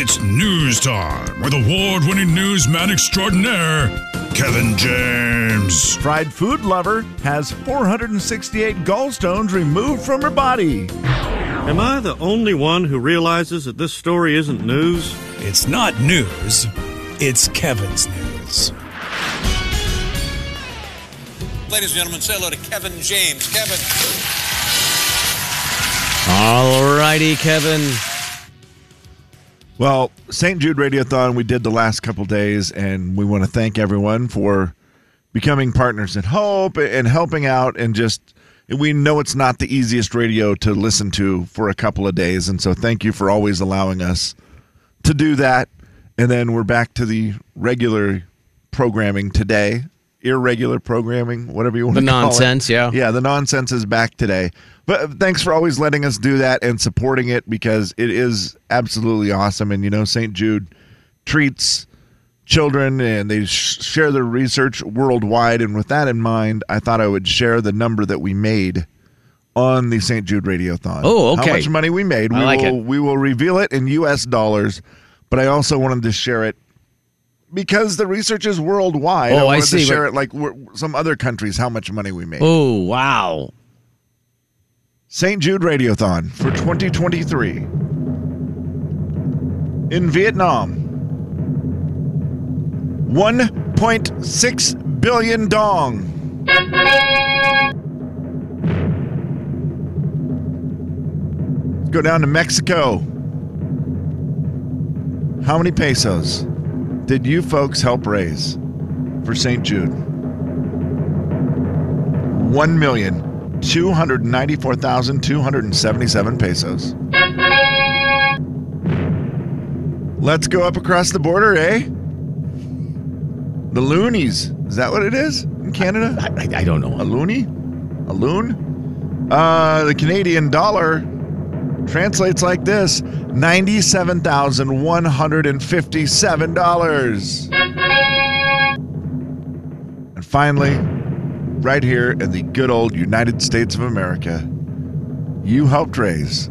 It's news time with award winning newsman extraordinaire, Kevin James. Fried food lover has 468 gallstones removed from her body. Am I the only one who realizes that this story isn't news? It's not news, it's Kevin's news. Ladies and gentlemen, say hello to Kevin James. Kevin. All righty, Kevin. Well, St. Jude Radiothon we did the last couple days, and we want to thank everyone for becoming partners in hope and helping out. And just we know it's not the easiest radio to listen to for a couple of days, and so thank you for always allowing us to do that. And then we're back to the regular programming today, irregular programming, whatever you want The to call it. nonsense, yeah. Yeah, the nonsense is back today. But thanks for always letting us do that and supporting it because it is absolutely awesome. And you know, St. Jude treats children and they sh- share their research worldwide. And with that in mind, I thought I would share the number that we made on the St. Jude Radiothon. Oh, How okay. much money we made. I we like will it. we will reveal it in US dollars, but I also wanted to share it because the research is worldwide. Oh, I wanted see, To but- share it like we're- some other countries, how much money we made. Oh, wow. St. Jude Radiothon for 2023. In Vietnam, $1.6 billion dong. Let's go down to Mexico. How many pesos did you folks help raise for St. Jude? one million two hundred ninety-four thousand two hundred seventy-seven pesos. Let's go up across the border, eh? The loonies. Is that what it is in Canada? I, I, I don't A know. loony? A loon? Uh, the Canadian dollar translates like this $97,157. And finally, right here in the good old United States of America, you helped raise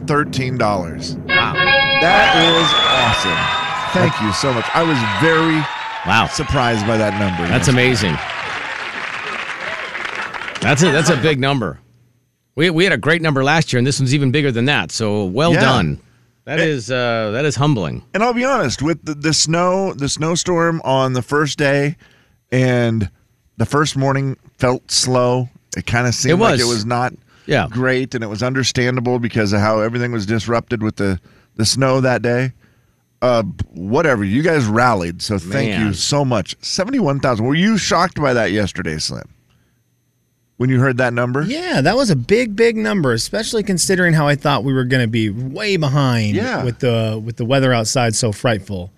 $71,413. Wow. That is awesome. Thank you so much. I was very Wow. surprised by that number. That's amazing. That's a, that's a big number. We, we had a great number last year, and this one's even bigger than that. So well Yeah. done. That is uh, that is humbling. and I'll be honest with the, the snow, the snowstorm on the first day, and the first morning felt slow. It kind of seemed It like was. it was not Yeah. great, and it was understandable because of how everything was disrupted with the the snow that day. Uh, whatever you guys rallied, so thank Man. you so much. Seventy one thousand. Were you shocked by that yesterday, Slim? When you heard that number? Yeah, that was a big, big number, especially considering how I thought we were going to be way behind Yeah. with the with the weather outside so frightful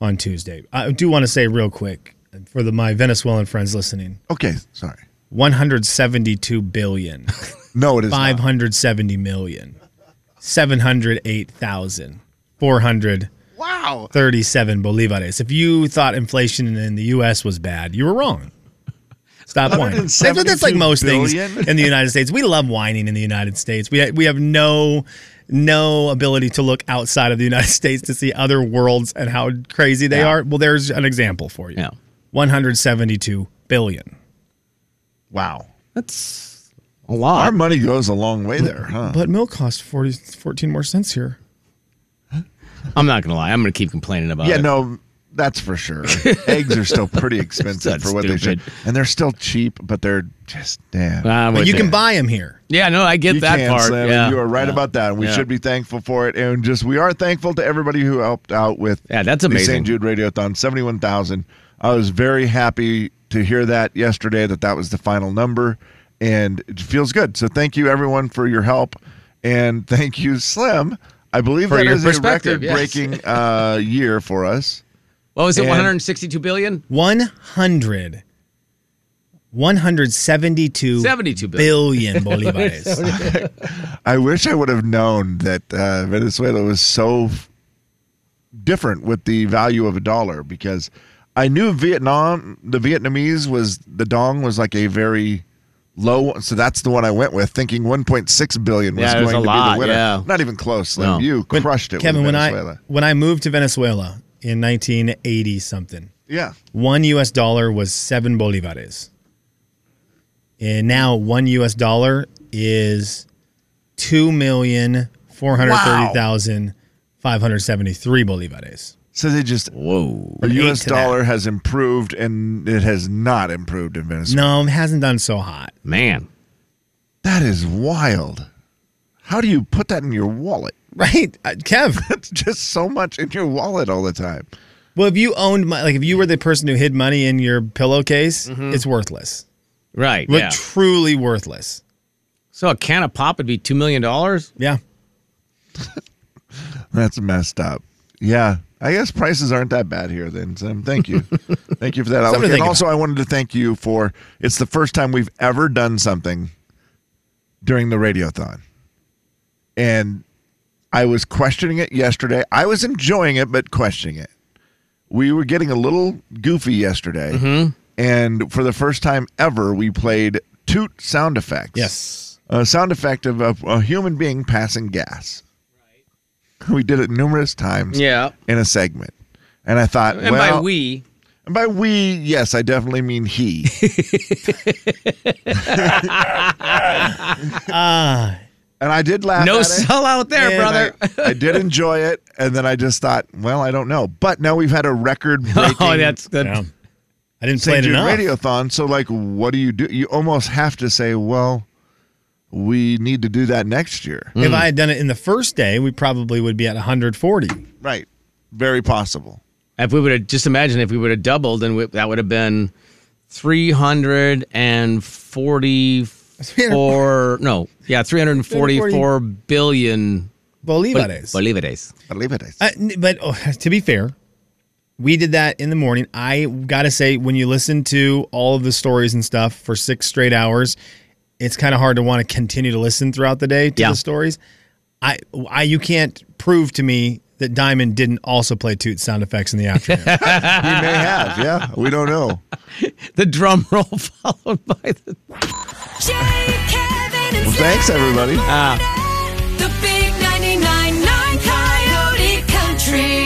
on Tuesday. I do want to say real quick for the my Venezuelan friends listening, Okay, sorry. 172 billion, No, it is not. 570 million, 708,437 Wow. bolivares. If you thought inflation in the US was bad, you were wrong. Stop whining. That's, that's like 172 most billion? things in the United States. We love whining in the United States. We ha- we have no no ability to look outside of the United States to see other worlds and how crazy they are. Well, there's an example for you. Yeah. 172 billion. Wow. That's a Our lot. money goes a long way there, huh? But milk costs 40, 14 more cents here. I'm not gonna lie. I'm gonna keep complaining about yeah, it. no, that's for sure. Eggs are still pretty expensive That's for what stupid. they should, and they're still cheep, but they're just damn. Ah, But with you it. can buy them here. Yeah, no, I get you that can, part. Slim, yeah. and you are right Yeah. about that. and We Yeah. should be thankful for it, and just we are thankful to everybody who helped out with. Yeah, that's the St. amazing. Jude Radiothon, seventy-one thousand. I was very happy to hear that yesterday. That that was the final number, and it feels good. So thank you everyone for your help, and thank you, Slim. I believe For that your is a perspective, yes. record-breaking uh, year for us. What was it? And- 162 billion? 100 172 72 billion bolivares. I wish I would have known that uh, Venezuela was so f- different with the value of a dollar because I knew Vietnam, the Vietnamese was the dong was like a very low. So that's the one I went with, thinking 1.6 billion was Yeah, going there's to a be lot, the winner. yeah. Not even close. Lynn. No. You crushed it, Kevin, With when I Venezuela. when I moved to Venezuela in 1980 something, yeah, one U.S. dollar was seven bolivares, and now one U.S. dollar is two million four hundred thirty thousand five hundred seventy three bolivares. so they just Whoa. the eight U.S. to that. dollar has improved, and it has not improved in Venezuela. No, it hasn't done so hot. Man. That is wild. How do you put that in your wallet? Right, Uh, Kev. That's just so much in your wallet all the time. Well, if you owned, mo- like, if you were the person who hid money in your pillowcase, it's worthless. Right. But yeah. truly worthless. So a can of pop would be $2 million? Yeah. That's messed up. Yeah. I guess prices aren't that bad here then. Sam. thank you. thank you for that. Something to Outlook. And think also, I wanted to thank you for it's the first time we've ever done something during the radiothon. And I was questioning it yesterday. I was enjoying it, but questioning it. We were getting a little goofy yesterday. Mm-hmm. And for the first time ever, we played toot sound effects. Yes. a sound effect of a, a human being passing gas. We did it numerous times Yeah. in a segment. And I thought, And well, by we, and by we, yes, I definitely mean he. and I did laugh. Ah. no at it. sellout there, Yeah, brother. I, I did enjoy it, and then I just thought, well, I don't know. But now we've had a record breaking oh, that's good. Yeah. I didn't play St. it Jude enough. Radiothon. So, like, what do you do? You almost have to say, well, we need to do that next year. If I had done it in the first day, we probably would be at 140. Right. Very possible. If we would have just imagine if we would have doubled, then we, that would have been three hundred and forty-four. no, yeah, three hundred and forty-four billion Bolivares. bolivares. Believe it. Uh, n- but oh, to be fair, we did that in the morning. I gotta say, when you listen to all of the stories and stuff for six straight hours, it's kind of hard to want to continue to listen throughout the day to Yeah. the stories. I, I, you can't prove to me that Diamond didn't also play toot sound effects in the afternoon. he may have. Yeah. We don't know. The drum roll followed by the Jay, Kevin, and Well, thanks, Sarah in the everybody. morning. The big 99.9 Coyote Country.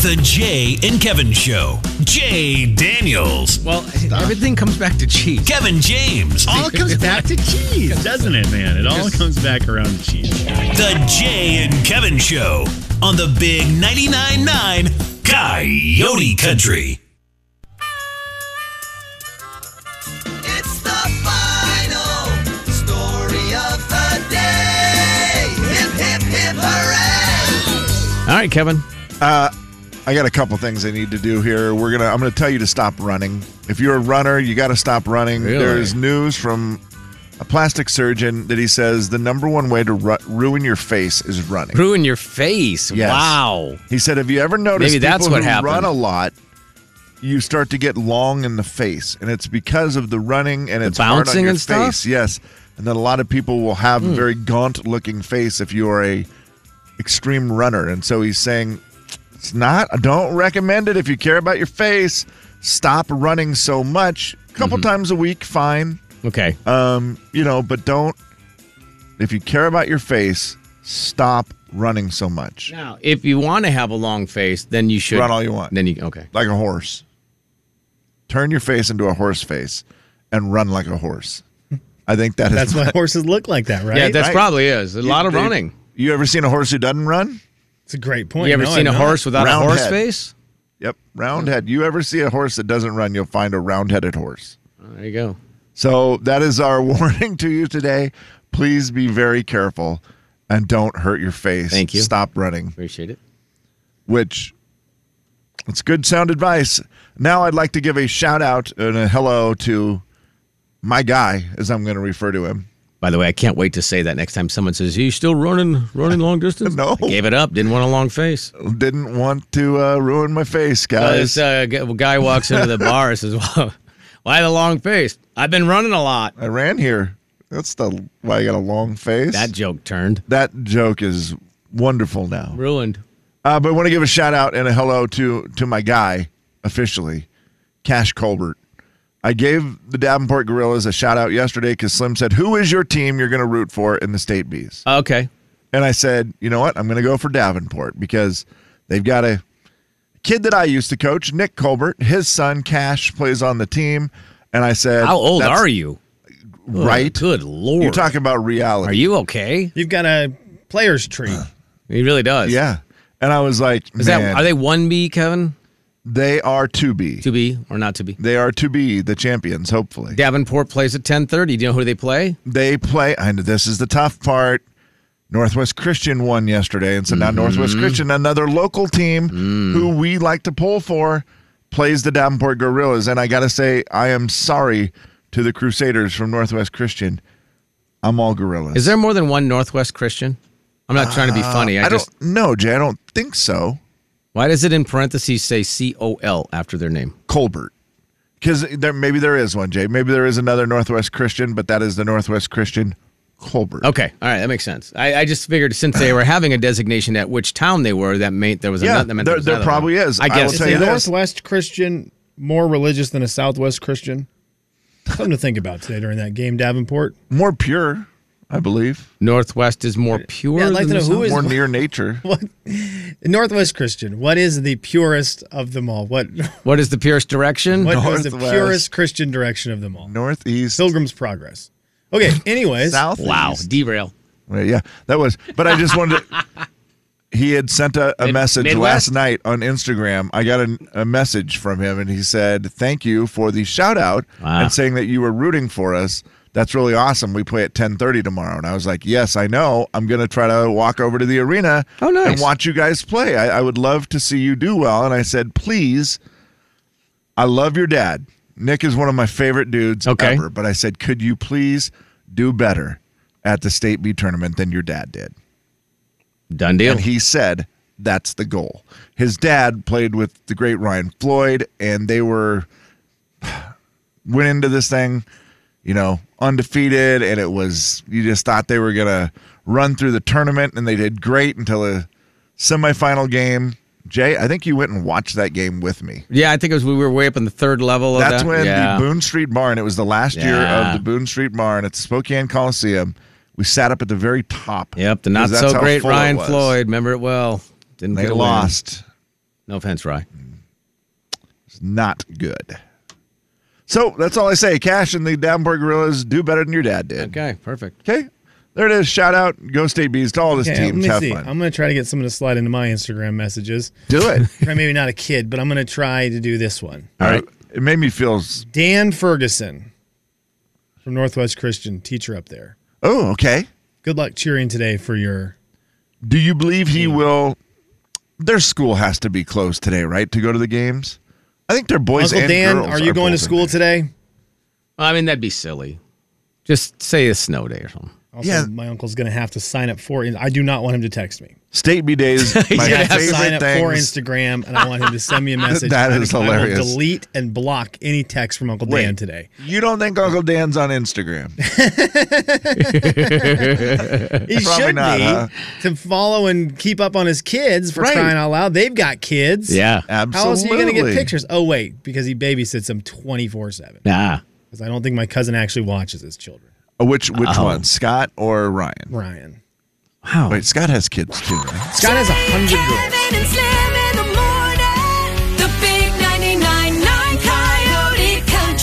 The Jay and Kevin Show. Jay Daniels. well. Everything comes back to cheese. Kevin James. all comes back to cheese, doesn't it, man? It all comes back around to cheese. The Jay and Kevin Show on the Big 99.9 9 Coyote Country. It's the final story of the day. Hip, hip, hip, hooray! All right, Kevin. I got a couple things I need to do here. We're gonna. I'm gonna tell you to stop running. If you're a runner, you got to stop running. Really? There's news from a plastic surgeon that he says the number one way to ru- ruin your face is running. Ruin your face. Yes. Wow. He said, "Have you ever noticed Maybe that's people what who happened. run a lot, you start to get long in the face, and it's because of the running and it's hard on bouncing your and stuff? Hmm. face. Yes, and then a lot of people will have a very gaunt-looking face if you are a extreme runner. And so he's saying, it's not. I don't recommend it if you care about your face. Stop running so much. A couple Mm-hmm. times a week, fine. Okay. Um, you know, but don't. If you care about your face, stop running so much, now, if you want to have a long face, then you should Run all you want. Then you okay. like a horse. Turn your face into a horse face, and run like a horse. I think that is That's why horses look like that, right? Yeah, that's Right. probably is a lot of They- running. You ever seen a horse who doesn't run? it's a great point. you ever No, seen I'm a not. horse without Round a horse head. face? Yep, round head. You ever see a horse that doesn't run? You'll find a round-headed horse. There you go. So that is our warning to you today. Please be very careful and don't hurt your face. Thank you. Stop running, Appreciate it. which it's good sound advice. Now I'd like to give a shout out and a hello to my guy, as I'm going to refer to him. By the way, I can't wait to say that next time someone says, "You still running, running long distance?" No. I gave it up. Didn't want a long face. Didn't want to uh, ruin my face, Uh, guys. this uh, g- guy walks into the bar and says, "Why- "Why the long face? I've been running a lot." I ran here. That's the why I got a long face. That joke turned that joke is wonderful now. ruined. Uh, but I want to give a shout out and a hello to to my guy officially, Cash Colbert. I gave the Davenport Gorillas a shout out yesterday because Slim said, Who is your team you're going to root for in the state bees? Uh, Okay. And I said, You know what? I'm going to go for Davenport because they've got a kid that I used to coach, Nick Colbert. His son, Cash, plays on the team. And I said, How old "That's are you? Right. Good lord. You're talking about reality. Are you okay? You've got a player's tree. He really does. Yeah. And I was like, Is Man, that are they one B, Kevin? they are to be. To be or not to be? They are to be the champions, hopefully. Davenport plays at ten thirty. Do you know who they play? They play, and this is the tough part. Northwest Christian won yesterday, and so now Northwest Mm-hmm. Christian, another local team Mm. who we like to pull for, plays the Davenport Gorillas. And I got to say, I am sorry to the Crusaders from Northwest Christian. I'm all gorillas. Is there more than one Northwest Christian? I'm not trying to be funny. I, Uh, I don't just know, Jay. I don't think so. why does it in parentheses say C O L after their name? Colbert. Because there, maybe there is one, Jay. Maybe there is another Northwest Christian, but that is the Northwest Christian Colbert. Okay, all right, that makes sense. I, I just figured since they were having a designation at which town they were, that meant there was Yeah, another. that meant there- was there another one. probably is. I I will guess. Is tell a you this. Northwest Christian more religious than a Southwest Christian? Something to think about today during that game, Davenport. More pure, I believe. Northwest is more pure. Yeah, I'd like than to know the who South? is- More near nature. Northwest Christian. What is the purest of them all? What What is the purest direction? what was the Northwest. purest Christian direction of them all? Northeast. Pilgrim's Progress. Okay. Anyways, South. Wow, derail. Wait, Yeah, that was. But I just wanted to. He had sent a, a Mid- message Midwest? last night on Instagram. I got a, a message from him, and he said, "Thank you for the shout out Wow. and saying that you were rooting for us. That's really awesome. We play at ten thirty tomorrow." And I was like, "Yes, I know. I'm going to try to walk over to the arena Oh, nice. and watch you guys play. I, I would love to see you do well." And I said, "Please, I love your dad. Nick is one of my favorite dudes Okay. ever. But I said, could you please do better at the state B tournament than your dad did? Done deal. And he said, that's the goal. His dad played with the great Ryan Floyd, and they were went into this thing, you know, undefeated, and it was you just thought they were gonna run through the tournament, and they did great until a semifinal game. Jay, I think you went and watched that game with me. yeah, I think it was we were way up in the third level. Of That's Oh, that. when yeah. the Boone Street Barn, it was the last year Yeah. of the Boone Street Barn at the Spokane Coliseum. We sat up at the very top. Yep, the not because that's so how great full it Ryan was. Floyd. Remember it well. Didn't They get a win. lost. No offense, Ryan. It's not good. So that's all I say. Cash and the Davenport Gorillas do better than your dad did. Okay, perfect. Okay. There it is. Shout out. Go State Bees to all this okay, teams. let Have me see. fun. I'm going to try to get someone to slide into my Instagram messages. do it. Try- Maybe not a kid, but I'm going to try to do this one. all right. Uh, It made me feel. s- Dan Ferguson from Northwest Christian, teacher up there. Oh, okay. Good luck cheering today for your. Do you believe he will? Their school has to be closed today, right? To go to the games. I think their boys Uncle and Dan, girls are you both going to in school there. today? I mean, that'd be silly. Just say a snow day or something. Also, Yeah. my uncle's going to have to sign up for. I do not want him to text me. State B days. My He's going to have to favorite sign up for things. Instagram, and I want him to send me a message. That I is will hilarious. delete and block any text from Uncle Wait. Dan today. You don't think Uncle Dan's on Instagram? He Probably should not, be huh? to follow and keep up on his kids for Right. crying out loud. They've got kids. Yeah. Absolutely. How else are you going to get pictures? Oh wait, because he babysits them twenty four seven. Nah. Because I don't think my cousin actually watches his children. Uh, Which which Oh. one, Scott or Ryan? Brian. Wow. Wait, Scott has kids too. Right? Scott has a hundred girls.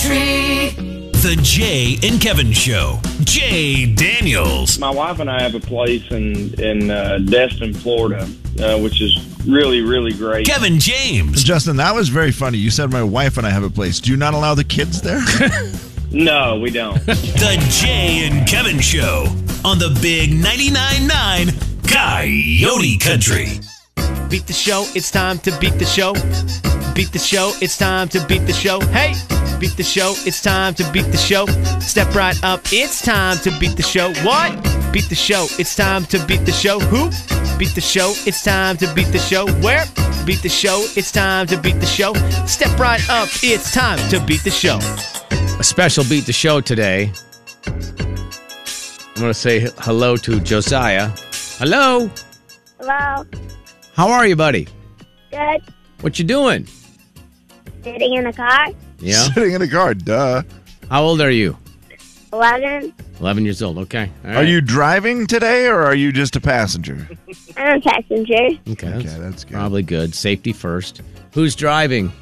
Kevin and Slim in the morning. The big 99.9 Coyote Country. The Jay and Kevin Show. Jay Daniels. My wife and I have a place in in uh, Destin, Florida, uh, which is really really great. Kevin James. Justin, that was very funny. You said my wife and I have a place. Do you not allow the kids there? No, we don't. The Jay and Kevin Show on the Big 99.9 9 Coyote Country. Beat the show, it's time to beat the show. Beat the show, it's time to beat the show. Hey! Beat the show, it's time to beat the show. Step right up, it's time to beat the show. What? Beat the show, it's time to beat the show. Who? Beat the show, it's time to beat the show. Where? Beat the show, it's time to beat the show. Step right up, it's time to beat the show. a special beat the show today. I'm going to say hello to Josiah. Hello. Hello, How are you, buddy? good. What you doing? Sitting in the car. Yeah. Sitting in a car, duh. How old are you? 11. 11 years old. Okay. All Are right. you driving today or are you just a passenger? I'm a passenger. Okay, that's, good. Probably good. Safety first. Who's driving?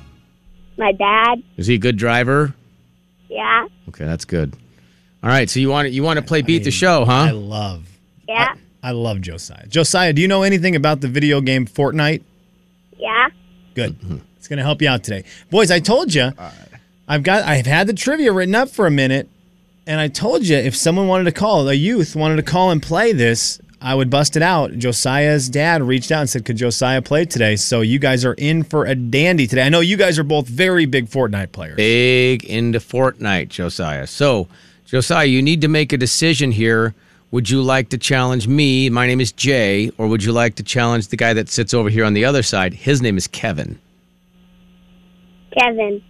My dad. Is he a good driver? Yeah. Okay, that's good. All right, so you want to you want to play beat the show, huh? I love, Yeah. I love Josiah. Josiah, do you know anything about the video game Fortnite? Yeah. Good. It's going to help you out today. Boys, I told you. I've got I've had the trivia written up for a minute and I told you if someone wanted to call, a youth wanted to call and play this, I would bust it out. Josiah's dad reached out and said, "Could Josiah play today?" So you guys are in for a dandy today. I know you guys are both very big Fortnite players. Big into Fortnite, Josiah. So, Josiah, you need to make a decision here. Would you like to challenge me? My name is Jay, or would you like to challenge the guy that sits over here on the other side? His name is Kevin. Kevin.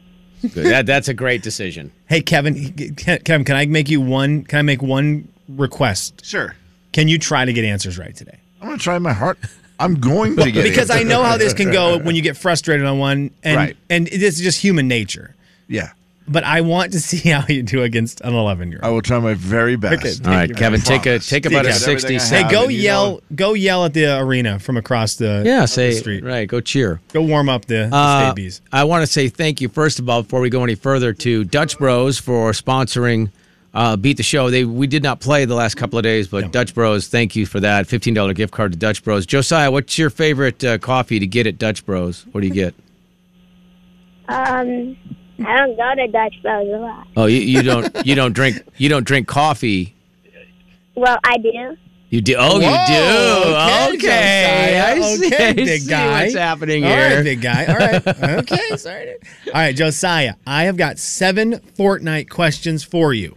Good. that, that's a great decision. Hey Kevin, Kevin, can I make you one can I make one request? Sure. Can you try to get answers right today? I'm going to try my heart. I'm going to get because it. I know how this can go when you get frustrated on one, and Right. and this is just human nature. Yeah. But I want to see how you do against an 11 year old. I will try my very best. All right, Kevin, take a take about a sixty Hey, second. go yell, go yell at the arena from across the Yeah, the say street. right. Go cheer. Go warm up the, the Uh, stabies. I want to say thank you first of all before we go any further to Dutch Bros for sponsoring uh, Beat the Show. They we did not play the last couple of days, but Dutch Bros, thank you for that. Fifteen dollar gift card to Dutch Bros. Josiah, what's your favorite uh, coffee to get at Dutch Bros? What do you get? Um, I don't go to Dutch Bros a lot. Oh, you, you don't you don't drink you don't drink coffee. Well, I do. You do. Oh, you Whoa, do. Oh, Okay, okay, I see, Josiah. Okay, I big see guy. What's happening All here? right, big guy. All right. Okay, sorry. All right, Josiah, I have got seven Fortnite questions for you.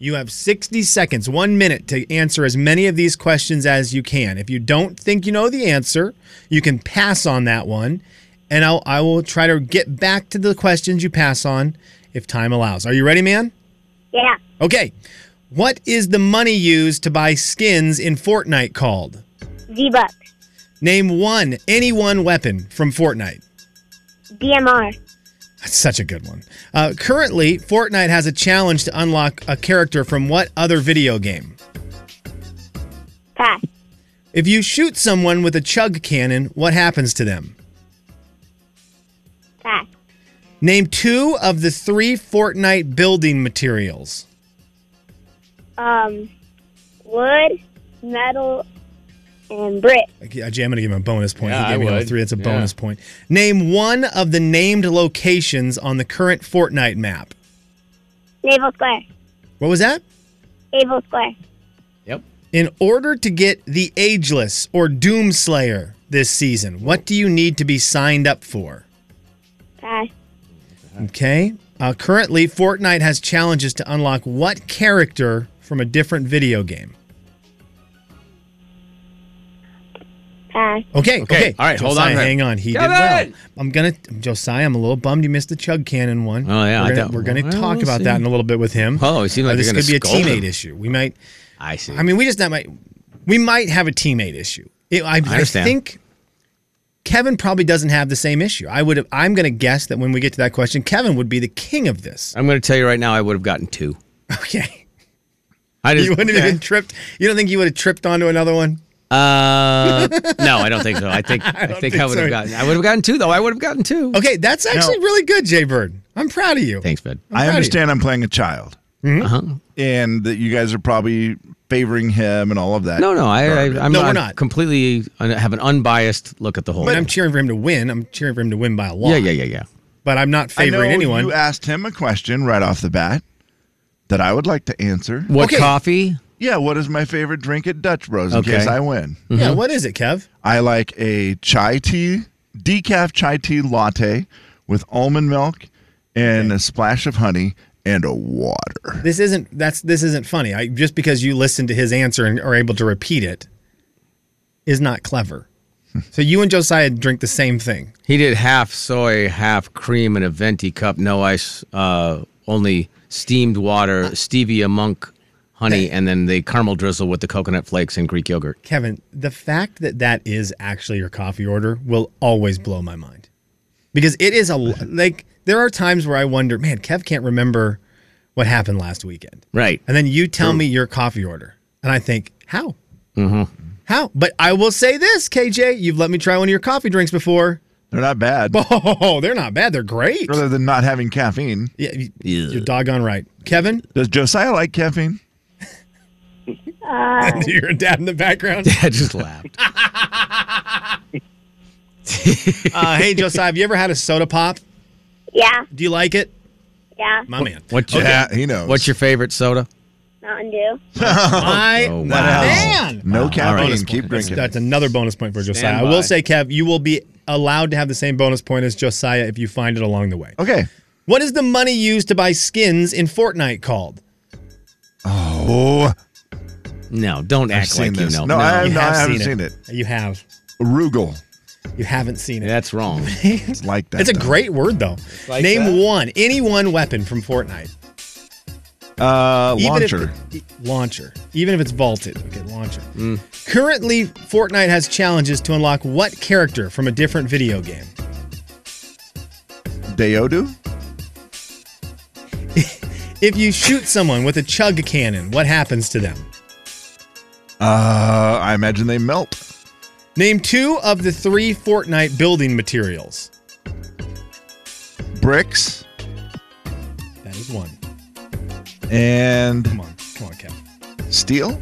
You have 60 seconds, one minute to answer as many of these questions as you can. If you don't think you know the answer, you can pass on that one, and I'll, I will try to get back to the questions you pass on if time allows. Are you ready, man? Yeah. Okay. What is the money used to buy skins in Fortnite called? Z Buck. Name one, any one weapon from Fortnite. DMR. That's such a good one. Uh, currently, Fortnite has a challenge to unlock a character from what other video game? Pass. If you shoot someone with a chug cannon, what happens to them? Pass. Name two of the three Fortnite building materials. Um, wood, metal, and brick. Okay, uh, Jay, I'm going to give him a bonus point. Yeah, he gave I me all would. three. That's a Yeah. bonus point. Name one of the named locations on the current Fortnite map. Naval Square. What was that? Naval Square. In order to get the Ageless or Doom Slayer this season, what do you need to be signed up for? Pass. Okay. Uh, currently, Fortnite has challenges to unlock what character from a different video game. Pass. Okay. Okay. All right, hold Josiah, on. Hang on. He did well. Kevin! I'm gonna Josiah. I'm a little bummed you missed the chug cannon one. Oh, yeah, I We're gonna, thought- we're gonna well, talk we'll about see. that in a little bit with him. Oh, it seemed Uh, like this you're could gonna be a scold teammate him. issue. We might. I see. I mean, we just not might. We might have a teammate issue. It- I, I understand. think Kevin probably doesn't have the same issue. I would. I'm gonna guess that when we get to that question, Kevin would be the king of this. I'm going to tell you right now, I would have gotten two. Okay. I just you wouldn't have been tripped. You don't think you would have tripped onto another one? Uh, no, I don't think so. I think I, think, don't think I would have so. gotten. I would have gotten two though. I would have gotten two. Okay, that's actually really good, Jay Bird. I'm proud of you. Thanks, Ben. proud I of you. understand I'm playing a child Uh-huh. and that you guys are probably favoring him and all of that. No, no, I, I I'm No, not, we're not. completely I have an unbiased look at the whole. But I'm thing. cheering for him to win. I'm cheering for him to win by a lot. yeah, yeah, yeah, yeah. But I'm not I know favoring anyone. You asked him a question right off the bat that I would like to answer. What Okay. coffee? Yeah, what is my favorite drink at Dutch Bros in Okay. case I win? Mm-hmm. Yeah, what is it, Kev? I like a chai tea, decaf chai tea latte with almond milk and a splash of honey and a water. This isn't that's this isn't funny. I just because you listen to his answer and are able to repeat it is not clever. so you and Josiah drink the same thing. He did half soy, half cream in a venti cup, no ice, uh, only steamed water, Uh. stevia monk honey, and then the caramel drizzle with the coconut flakes and Greek yogurt. Kevin, the fact that that is actually your coffee order will always blow my mind. Because it is a like there are times where I wonder, man, Kev can't remember what happened last weekend. Right. And then you tell me your coffee order. And I think, how? Mm-hmm. How? But I will say this, KJ, you've let me try one of your coffee drinks before. They're not bad. Oh, they're not bad. They're great. Rather than not having caffeine. Yeah, you're doggone right. Kevin? Does Josiah like caffeine? Uh, Do you hear a dad in the background? Dad just laughed. uh, hey, Josiah, have you ever had a soda pop? yeah, Do you like it? yeah. My man. What's your, Yeah, he knows. What's your favorite soda? Mountain Dew. My Oh, wow. man. No caffeine. Bonus Keep point. drinking. That's, that's another bonus point for Josiah. I by. will say, Kev, you will be allowed to have the same bonus point as Josiah if you find it along the way. okay. What is the money used to buy skins in Fortnite called? Oh, No, don't I've act seen like this. you know. No, I have You not- have I haven't seen seen it. it. You have. Rugal. You haven't seen it. That's wrong. It's like that. It's a though. great word, though. like Name that. one, any one weapon from Fortnite. uh, Even if- launcher. e- launcher. Even if it's vaulted. Okay, launcher. Currently, Fortnite has challenges to unlock what character from a different video game? Deodu. If you shoot someone with a chug cannon, what happens to them? Uh, I imagine they melt. Name two of the three Fortnite building materials. Bricks That is one. Come and on. Come on, Kevin. steel.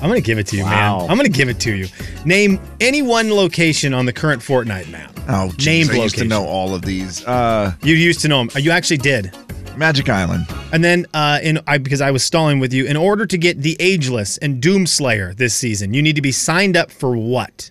I'm going to give it to you, Wow. man. I'm going to give it to you. Name any one location on the current Fortnite map. Oh, geez, Named I used to location. know all of these. Uh, You used to know them. You actually did. Magic Island. And then, uh, in I because I was stalling with you, in order to get the Ageless and Doomslayer this season, you need to be signed up for what?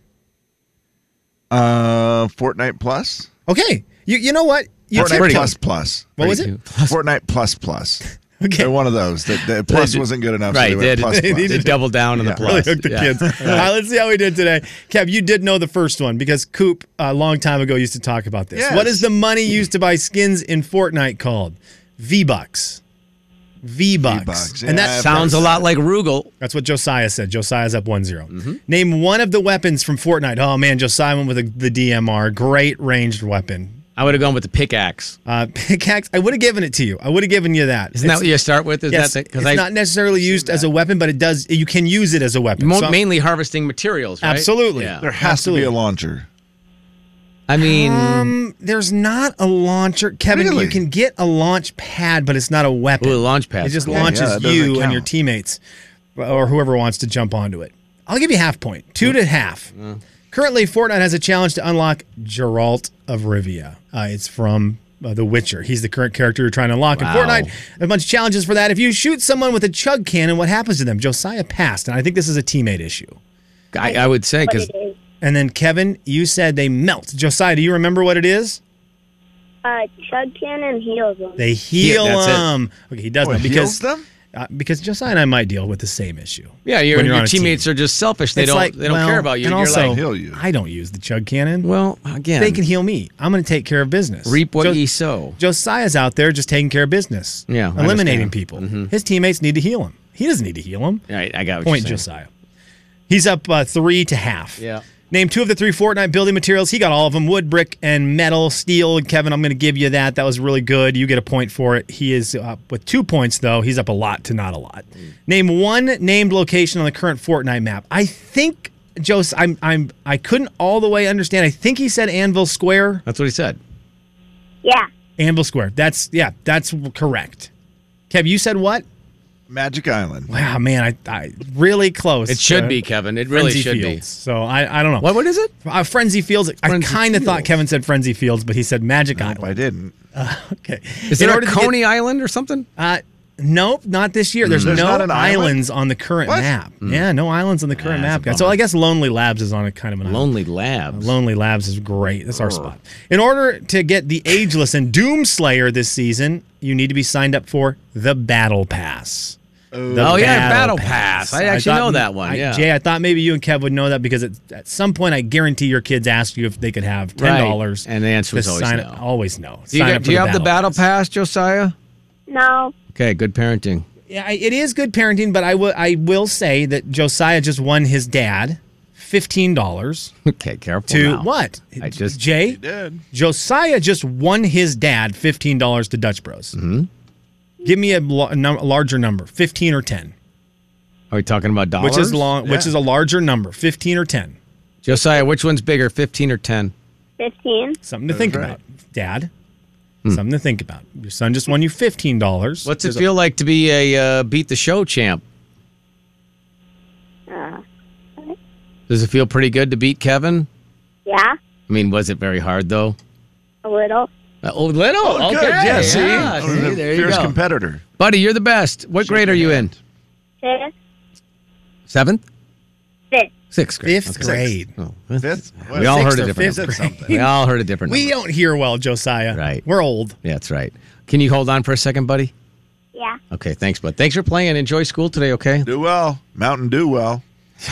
Uh, Fortnite Plus. Okay, you you know what? You Fortnite tipped- Plus Plus. What was it? Pretty good. Fortnite Plus Plus. Okay, They're one of those. that the plus did- wasn't good enough. so right. they They, went had- plus, they plus. did double down on Yeah, the really plus. really hooked the Yeah. kids. All right, let's see how we did today. Kev, you did know the first one because Coop a long time ago used to talk about this. Yes. What is the money used to buy skins in Fortnite called? V bucks. V bucks. V-Bucks, And yeah, that I've Sounds a lot like Rugal. That's what Josiah said. Josiah's up 1 0. Mm-hmm. Name one of the weapons from Fortnite. Oh, man. Josiah went with the, the DMR. Great ranged weapon. I would have gone with the pickaxe. Uh, pickaxe. I would have given it to you. I would have given you that. Isn't that what you start with? Is Yes, that it's because I not necessarily used as a weapon, but it does. You can use it as a weapon. mo- So- mainly harvesting materials? Right? Absolutely. Yeah. There has to be a launcher. I mean, Um, there's not a launcher, Kevin. Really? You can get a launch pad, but it's not a weapon. ooh, a launch pad. it just Yeah, launches yeah, that doesn't you and count. your teammates, or whoever wants to jump onto it. I'll give you half point, two to half. Currently, Fortnite has a challenge to unlock Geralt of Rivia. Uh, it's from uh, The Witcher. He's the current character you're trying to unlock Wow. in Fortnite. There's a bunch of challenges for that. If you shoot someone with a chug cannon, what happens to them? Josiah passed, and I think this is a teammate issue. I, I would say What because it is? And then Kevin, you said they melt. Josiah, do you remember what it is? Uh, chug cannon heals them. They heal that's it. him. Okay, he does Oh, not it because heals them. uh, because Josiah and I might deal with the same issue. yeah, your, When you're your on a team. teammates are just selfish. They It's don't like, they don't well, care about you. And You're also, like, heal you. I don't use the chug cannon. well, again, they can heal me. I'm going to take care of business. reap what Jo- ye sow. Josiah's out there just taking care of business. Yeah, I eliminating understand. Mm-hmm. people. His teammates need to heal him. He doesn't need to heal him. Right, I got what Point you're saying. Josiah. He's up uh, three to half. Yeah. Name two of the three Fortnite building materials. He got all of them wood, brick, and metal, steel. And Kevin, I'm going to give you that. That was really good. You get a point for it. He is up with two points, though. He's up a lot to not a lot. Mm. Name one named location on the current Fortnite map. I think, Jose, I'm, I'm, I couldn't all the way understand. I think he said Anvil Square. That's what he said. yeah, Anvil Square. That's, yeah, that's correct. Kev, you said what? Magic Island. Wow, man, I, I really close. Uh, It should to be Kevin. It really Frenzy should Fields. So I, I don't know. be. What what is it? Uh, Frenzy Fields. Frenzy I kind of thought Fields. Kevin said Frenzy Fields, but he said Magic Nope, I Island. didn't. Okay. Is In there a order to get- Coney Mm. Island or something? uh, nope, not this year. There's, There's no not an island? islands on the current What? map. Yeah, no islands on the current Mm. Ah, that's map, a guys. So bummer. I guess Lonely Labs is on a kind of an island. Lonely Labs. Lonely Labs is great. That's our spot. In order to get the Ageless and Doomslayer this season, you need to be signed up for the Battle Pass. The Oh, yeah, Battle Pass. I actually know that one, I- yeah. Jay, I thought maybe you and Kev would know that because at, at some point, I guarantee your kids asked you if they could have ten dollars. Right. And the answer was always sign no. Always no. Do you, Sign got- up for do you have the battle pass, Josiah? no, Okay, good parenting. Yeah, I- it is good parenting, but I will I will say that Josiah just won his dad fifteen dollars. Okay, careful. To now. what? I just Jay did. Josiah just won his dad fifteen dollars to Dutch Bros. Mm-hmm. Give me a, lo- num- larger number, fifteen or ten, Are we talking about dollars? which is long, which Yeah. is a larger number, fifteen or ten. Josiah, which one's bigger, fifteen or ten? 15. Something to think about, Dad. Hmm. Something to think about. Your son just won you fifteen dollars. What's it feel like to be a uh, beat the show champ? Uh, Does it feel pretty good to beat Kevin? yeah, I mean, was it very hard though? a little. Uh, oh, little. Oh, okay. good. Yeah, see? yeah, Oh, the there fierce you go. competitor. Buddy, you're the best. What grade are you in? Fifth. Seventh? Fifth. Sixth grade. Fifth Okay. grade. Oh, Fifth? we all heard Sixth a or different fifth number. grade. We all heard a different We number. don't hear well, Josiah. Right. We're old. Yeah, that's right. Can you hold on for a second, buddy? Yeah. Okay, thanks, bud. Thanks for playing. Enjoy school today, okay? Do well. Mountain do well.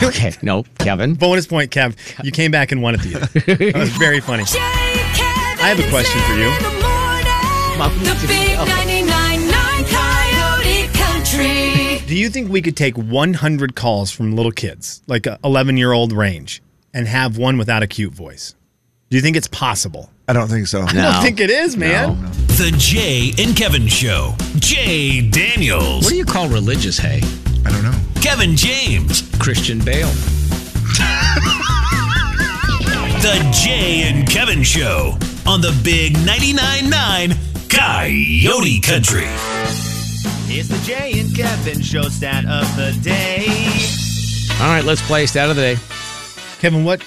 okay. No, Kevin. Bonus point, Kev. You came back and won at the end. that was very funny. I have a question for you. The big 99.9 Coyote Country. Do you think we could take 100 calls from little kids, like a 11 year old range, and have one without a cute voice? Do you think it's possible? I don't think so. I don't think it is, man. The Jay and Kevin Show. Jay Daniels. What do you call religious hay? I don't know. Kevin James. Christian Bale. The Jay and Kevin Show on the Big 99.9 9 Coyote Country. It's the Jay and Kevin show stat of the day. All right, let's play stat of the day. Kevin, what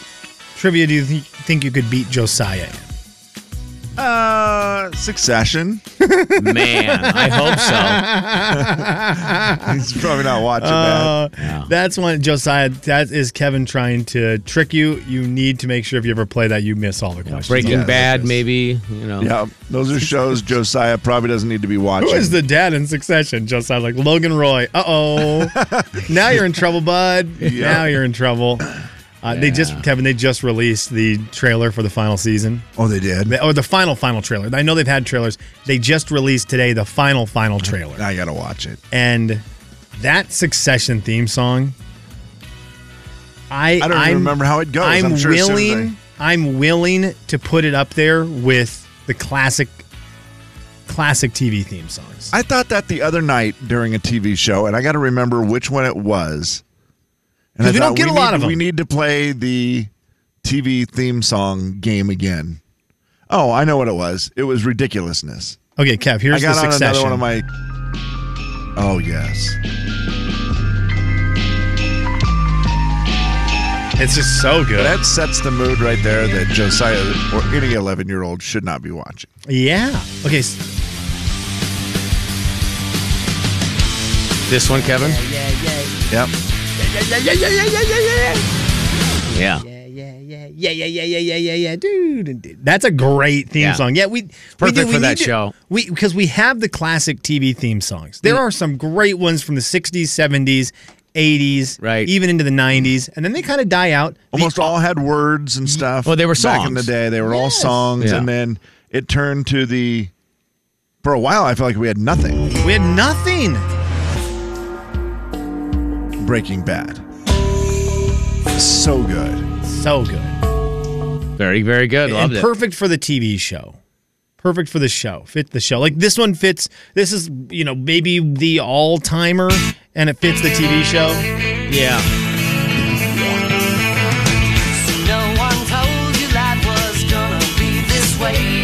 trivia do you thi- think you could beat Josiah? in? Uh, succession. Man, I hope so. He's probably not watching Uh, that. That's one, Josiah. That is Kevin trying to trick you. You need to make sure if you ever play that, you miss all the questions. Breaking Yeah. Bad, maybe. You know. Yeah, those are shows Josiah probably doesn't need to be watching. Who is the dad in Succession? Josiah, like Logan Roy. Uh oh. now you're in trouble, bud. Yeah. Now you're in trouble. Uh, They just, Kevin, they just released the trailer for the final season. Oh, they did. Or the final, final trailer. I know they've had trailers. They just released today the final, final trailer. I gotta watch it. And that Succession theme song, I, I don't even I'm- remember how it goes. I'm, I'm sure as soon as willing. I'm willing to put it up there with the classic, classic TV theme songs. I thought that the other night during a TV show, and I got to remember which one it was. I 'Cause we don't thought, get a need- lot of 'em. We need to play the TV theme song game again. Oh, I know what it was. It was ridiculousness. Okay, Kev. Here's I got the on succession. another one of my. Oh yes, it's just so good. That sets the mood right there that Josiah or any 11 year old should not be watching. yeah. Okay. s- This one, Kevin? Yeah, yeah, Yep. yeah, yeah, yeah, yeah, yeah, yeah, Yeah. Yeah, yeah, yeah, yeah, yeah, yeah, yeah, dude. That's a great theme Yeah. song. Yeah, we we Perfect do, we for that need to- show. We because we have the classic TV theme songs. Mm. There are some great ones from the '60s, '70s, '80s, right? Even into the '90s, and then they kind of die out. Almost all had words and stuff. Well, they were Back in the songs. day, they were all songs, Yeah. and then it turned to the. For a while, I felt like we had nothing. We had nothing. Breaking Bad. So good. So good. Very, very good. Loved and it. perfect for the TV show. Perfect for the show. Fit the show. Like this one fits. This is you know maybe the all timer, and it fits the TV show. Yeah. No one told you life was gonna be this way.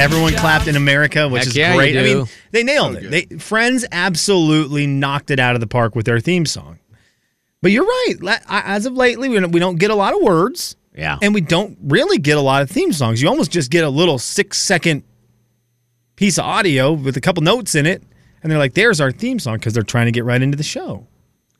Everyone clapped in America, which Heck is yeah, you great. I do. mean, they nailed it. They, Friends absolutely knocked it out of the park with their theme song. But you're right. La- I- As of lately, we don't- we don't get a lot of words, Yeah. and we don't really get a lot of theme songs. You almost just get a little six second piece of audio with a couple notes in it, and they're like, "There's our theme song," because they're trying to get right into the show.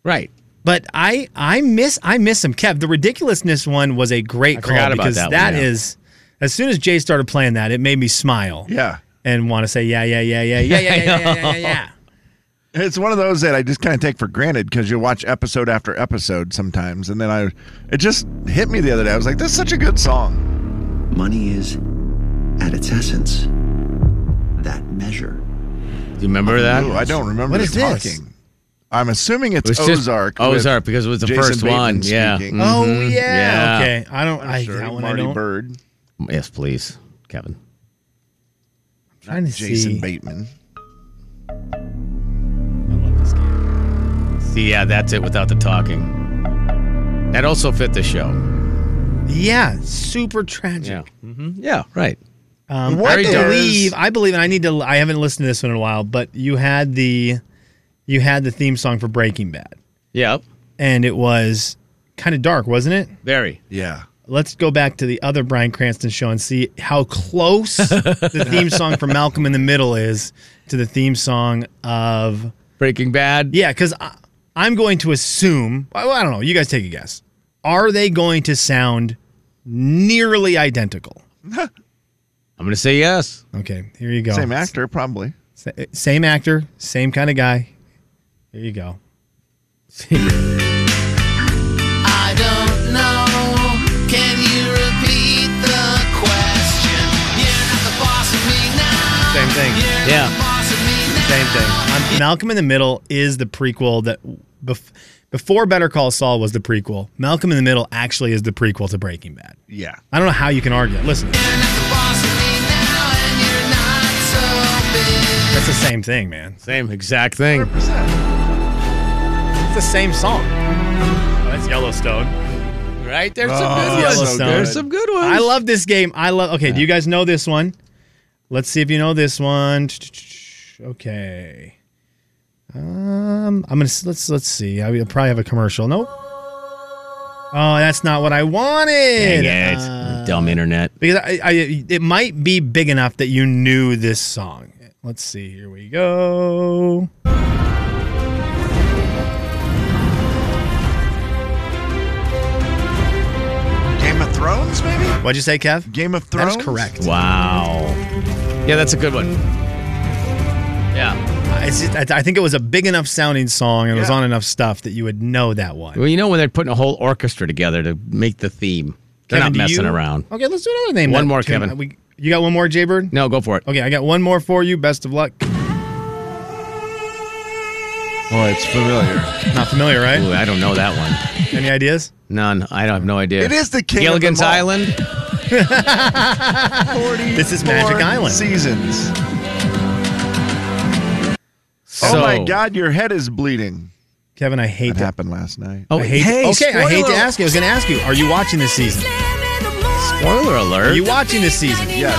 Right. But I I miss I miss him. Kev, the ridiculousness one was a great I call forgot about because that one, that yeah. is as soon as Jay started playing that, it made me smile. Yeah. And want to say yeah, yeah, yeah, yeah, yeah, yeah, yeah, yeah, yeah, yeah, yeah. It's one of those that I just kind of take for granted because you watch episode after episode sometimes, and then I, it just hit me the other day. I was like, "That's such a good song." Money is, at its essence, that measure. Do you remember that? Ooh, I don't remember What is this? talking. I'm assuming it's was just Ozark. with Ozark because it was the Jason first Bateman one. Yeah. Mm. speaking. Oh, Mm-hmm. Mhm. yeah. Okay. I don't- I- that one I Marty don't- Bird. Yes, please, Kevin. trying to Jason see. Bateman. See, yeah, that's it without the talking. That also fit the show. Yeah, super tragic. Yeah. Mm-hmm. Yeah, right. Um, What I is- believe I believe, and I need to. I haven't listened to this one in a while, but you had the you had the theme song for Breaking Bad, Yep. and it was kind of dark, wasn't it? Very. Yeah. Let's go back to the other Brian Cranston show and see how close the theme song for Malcolm in the Middle is to the theme song of Breaking Bad. Yeah, because I'm going to assume. well, I don't know. You guys take a guess. Are they going to sound nearly identical? I'm going to say yes. Okay, here you go. Same actor, probably. Sa- Same actor, same kind of guy. Here you go. I don't know. Can you repeat the question? You're not the boss of me now. Same thing. You're Yeah. the boss of me now. Same thing. Um, Malcolm in the Middle is the prequel that bef- before Better Call Saul was the prequel. Malcolm in the Middle actually is the prequel to Breaking Bad. Yeah. I don't know how you can argue. it. Listen, You're not the boss of me now, and you're not so big. that's the same thing, man. Same exact thing. It's the same song. Oh, that's Yellowstone. Right? There's Oh, some good that's ones. so good. There's some good ones. I love this game. I love. Okay, do you guys know this one? Let's see if you know this one. Okay. Um, I'm gonna s- let's let's see. I will probably have a commercial. Nope. Oh, that's not what I wanted. Dang it. Uh, Dumb internet. because I, I it might be big enough that you knew this song. Let's see. Here we go. Game of Thrones, maybe? What'd you say, Kev? Game of That Thrones? is correct. Wow. Yeah, that's a good one. Yeah. I, it's just- I I think it was a big enough sounding song and it was on enough stuff that you would know that one. Well, you know when they're putting a whole orchestra together to make the theme, they're Kevin, do not messing you- around. Okay, let's do another name. One then. more, Tune- Kevin. we- you got one more, Jaybird? No, go for it. Okay, I got one more for you. Best of luck. Oh, it's familiar. Not familiar, right? Ooh, I don't know that one. Any ideas? None. I don't have no idea. It is the king of Gilligan's them all. Island. This is Magic Island. Seasons. So, oh my God, your head is bleeding. Kevin, I hate It that. happened last night. Oh, I hate hey, okay, I hate to spoiler- ask you. I was going to ask you, are you watching this season? Spoiler Are alert. you watching this season? Yes.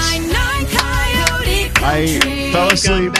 I fell asleep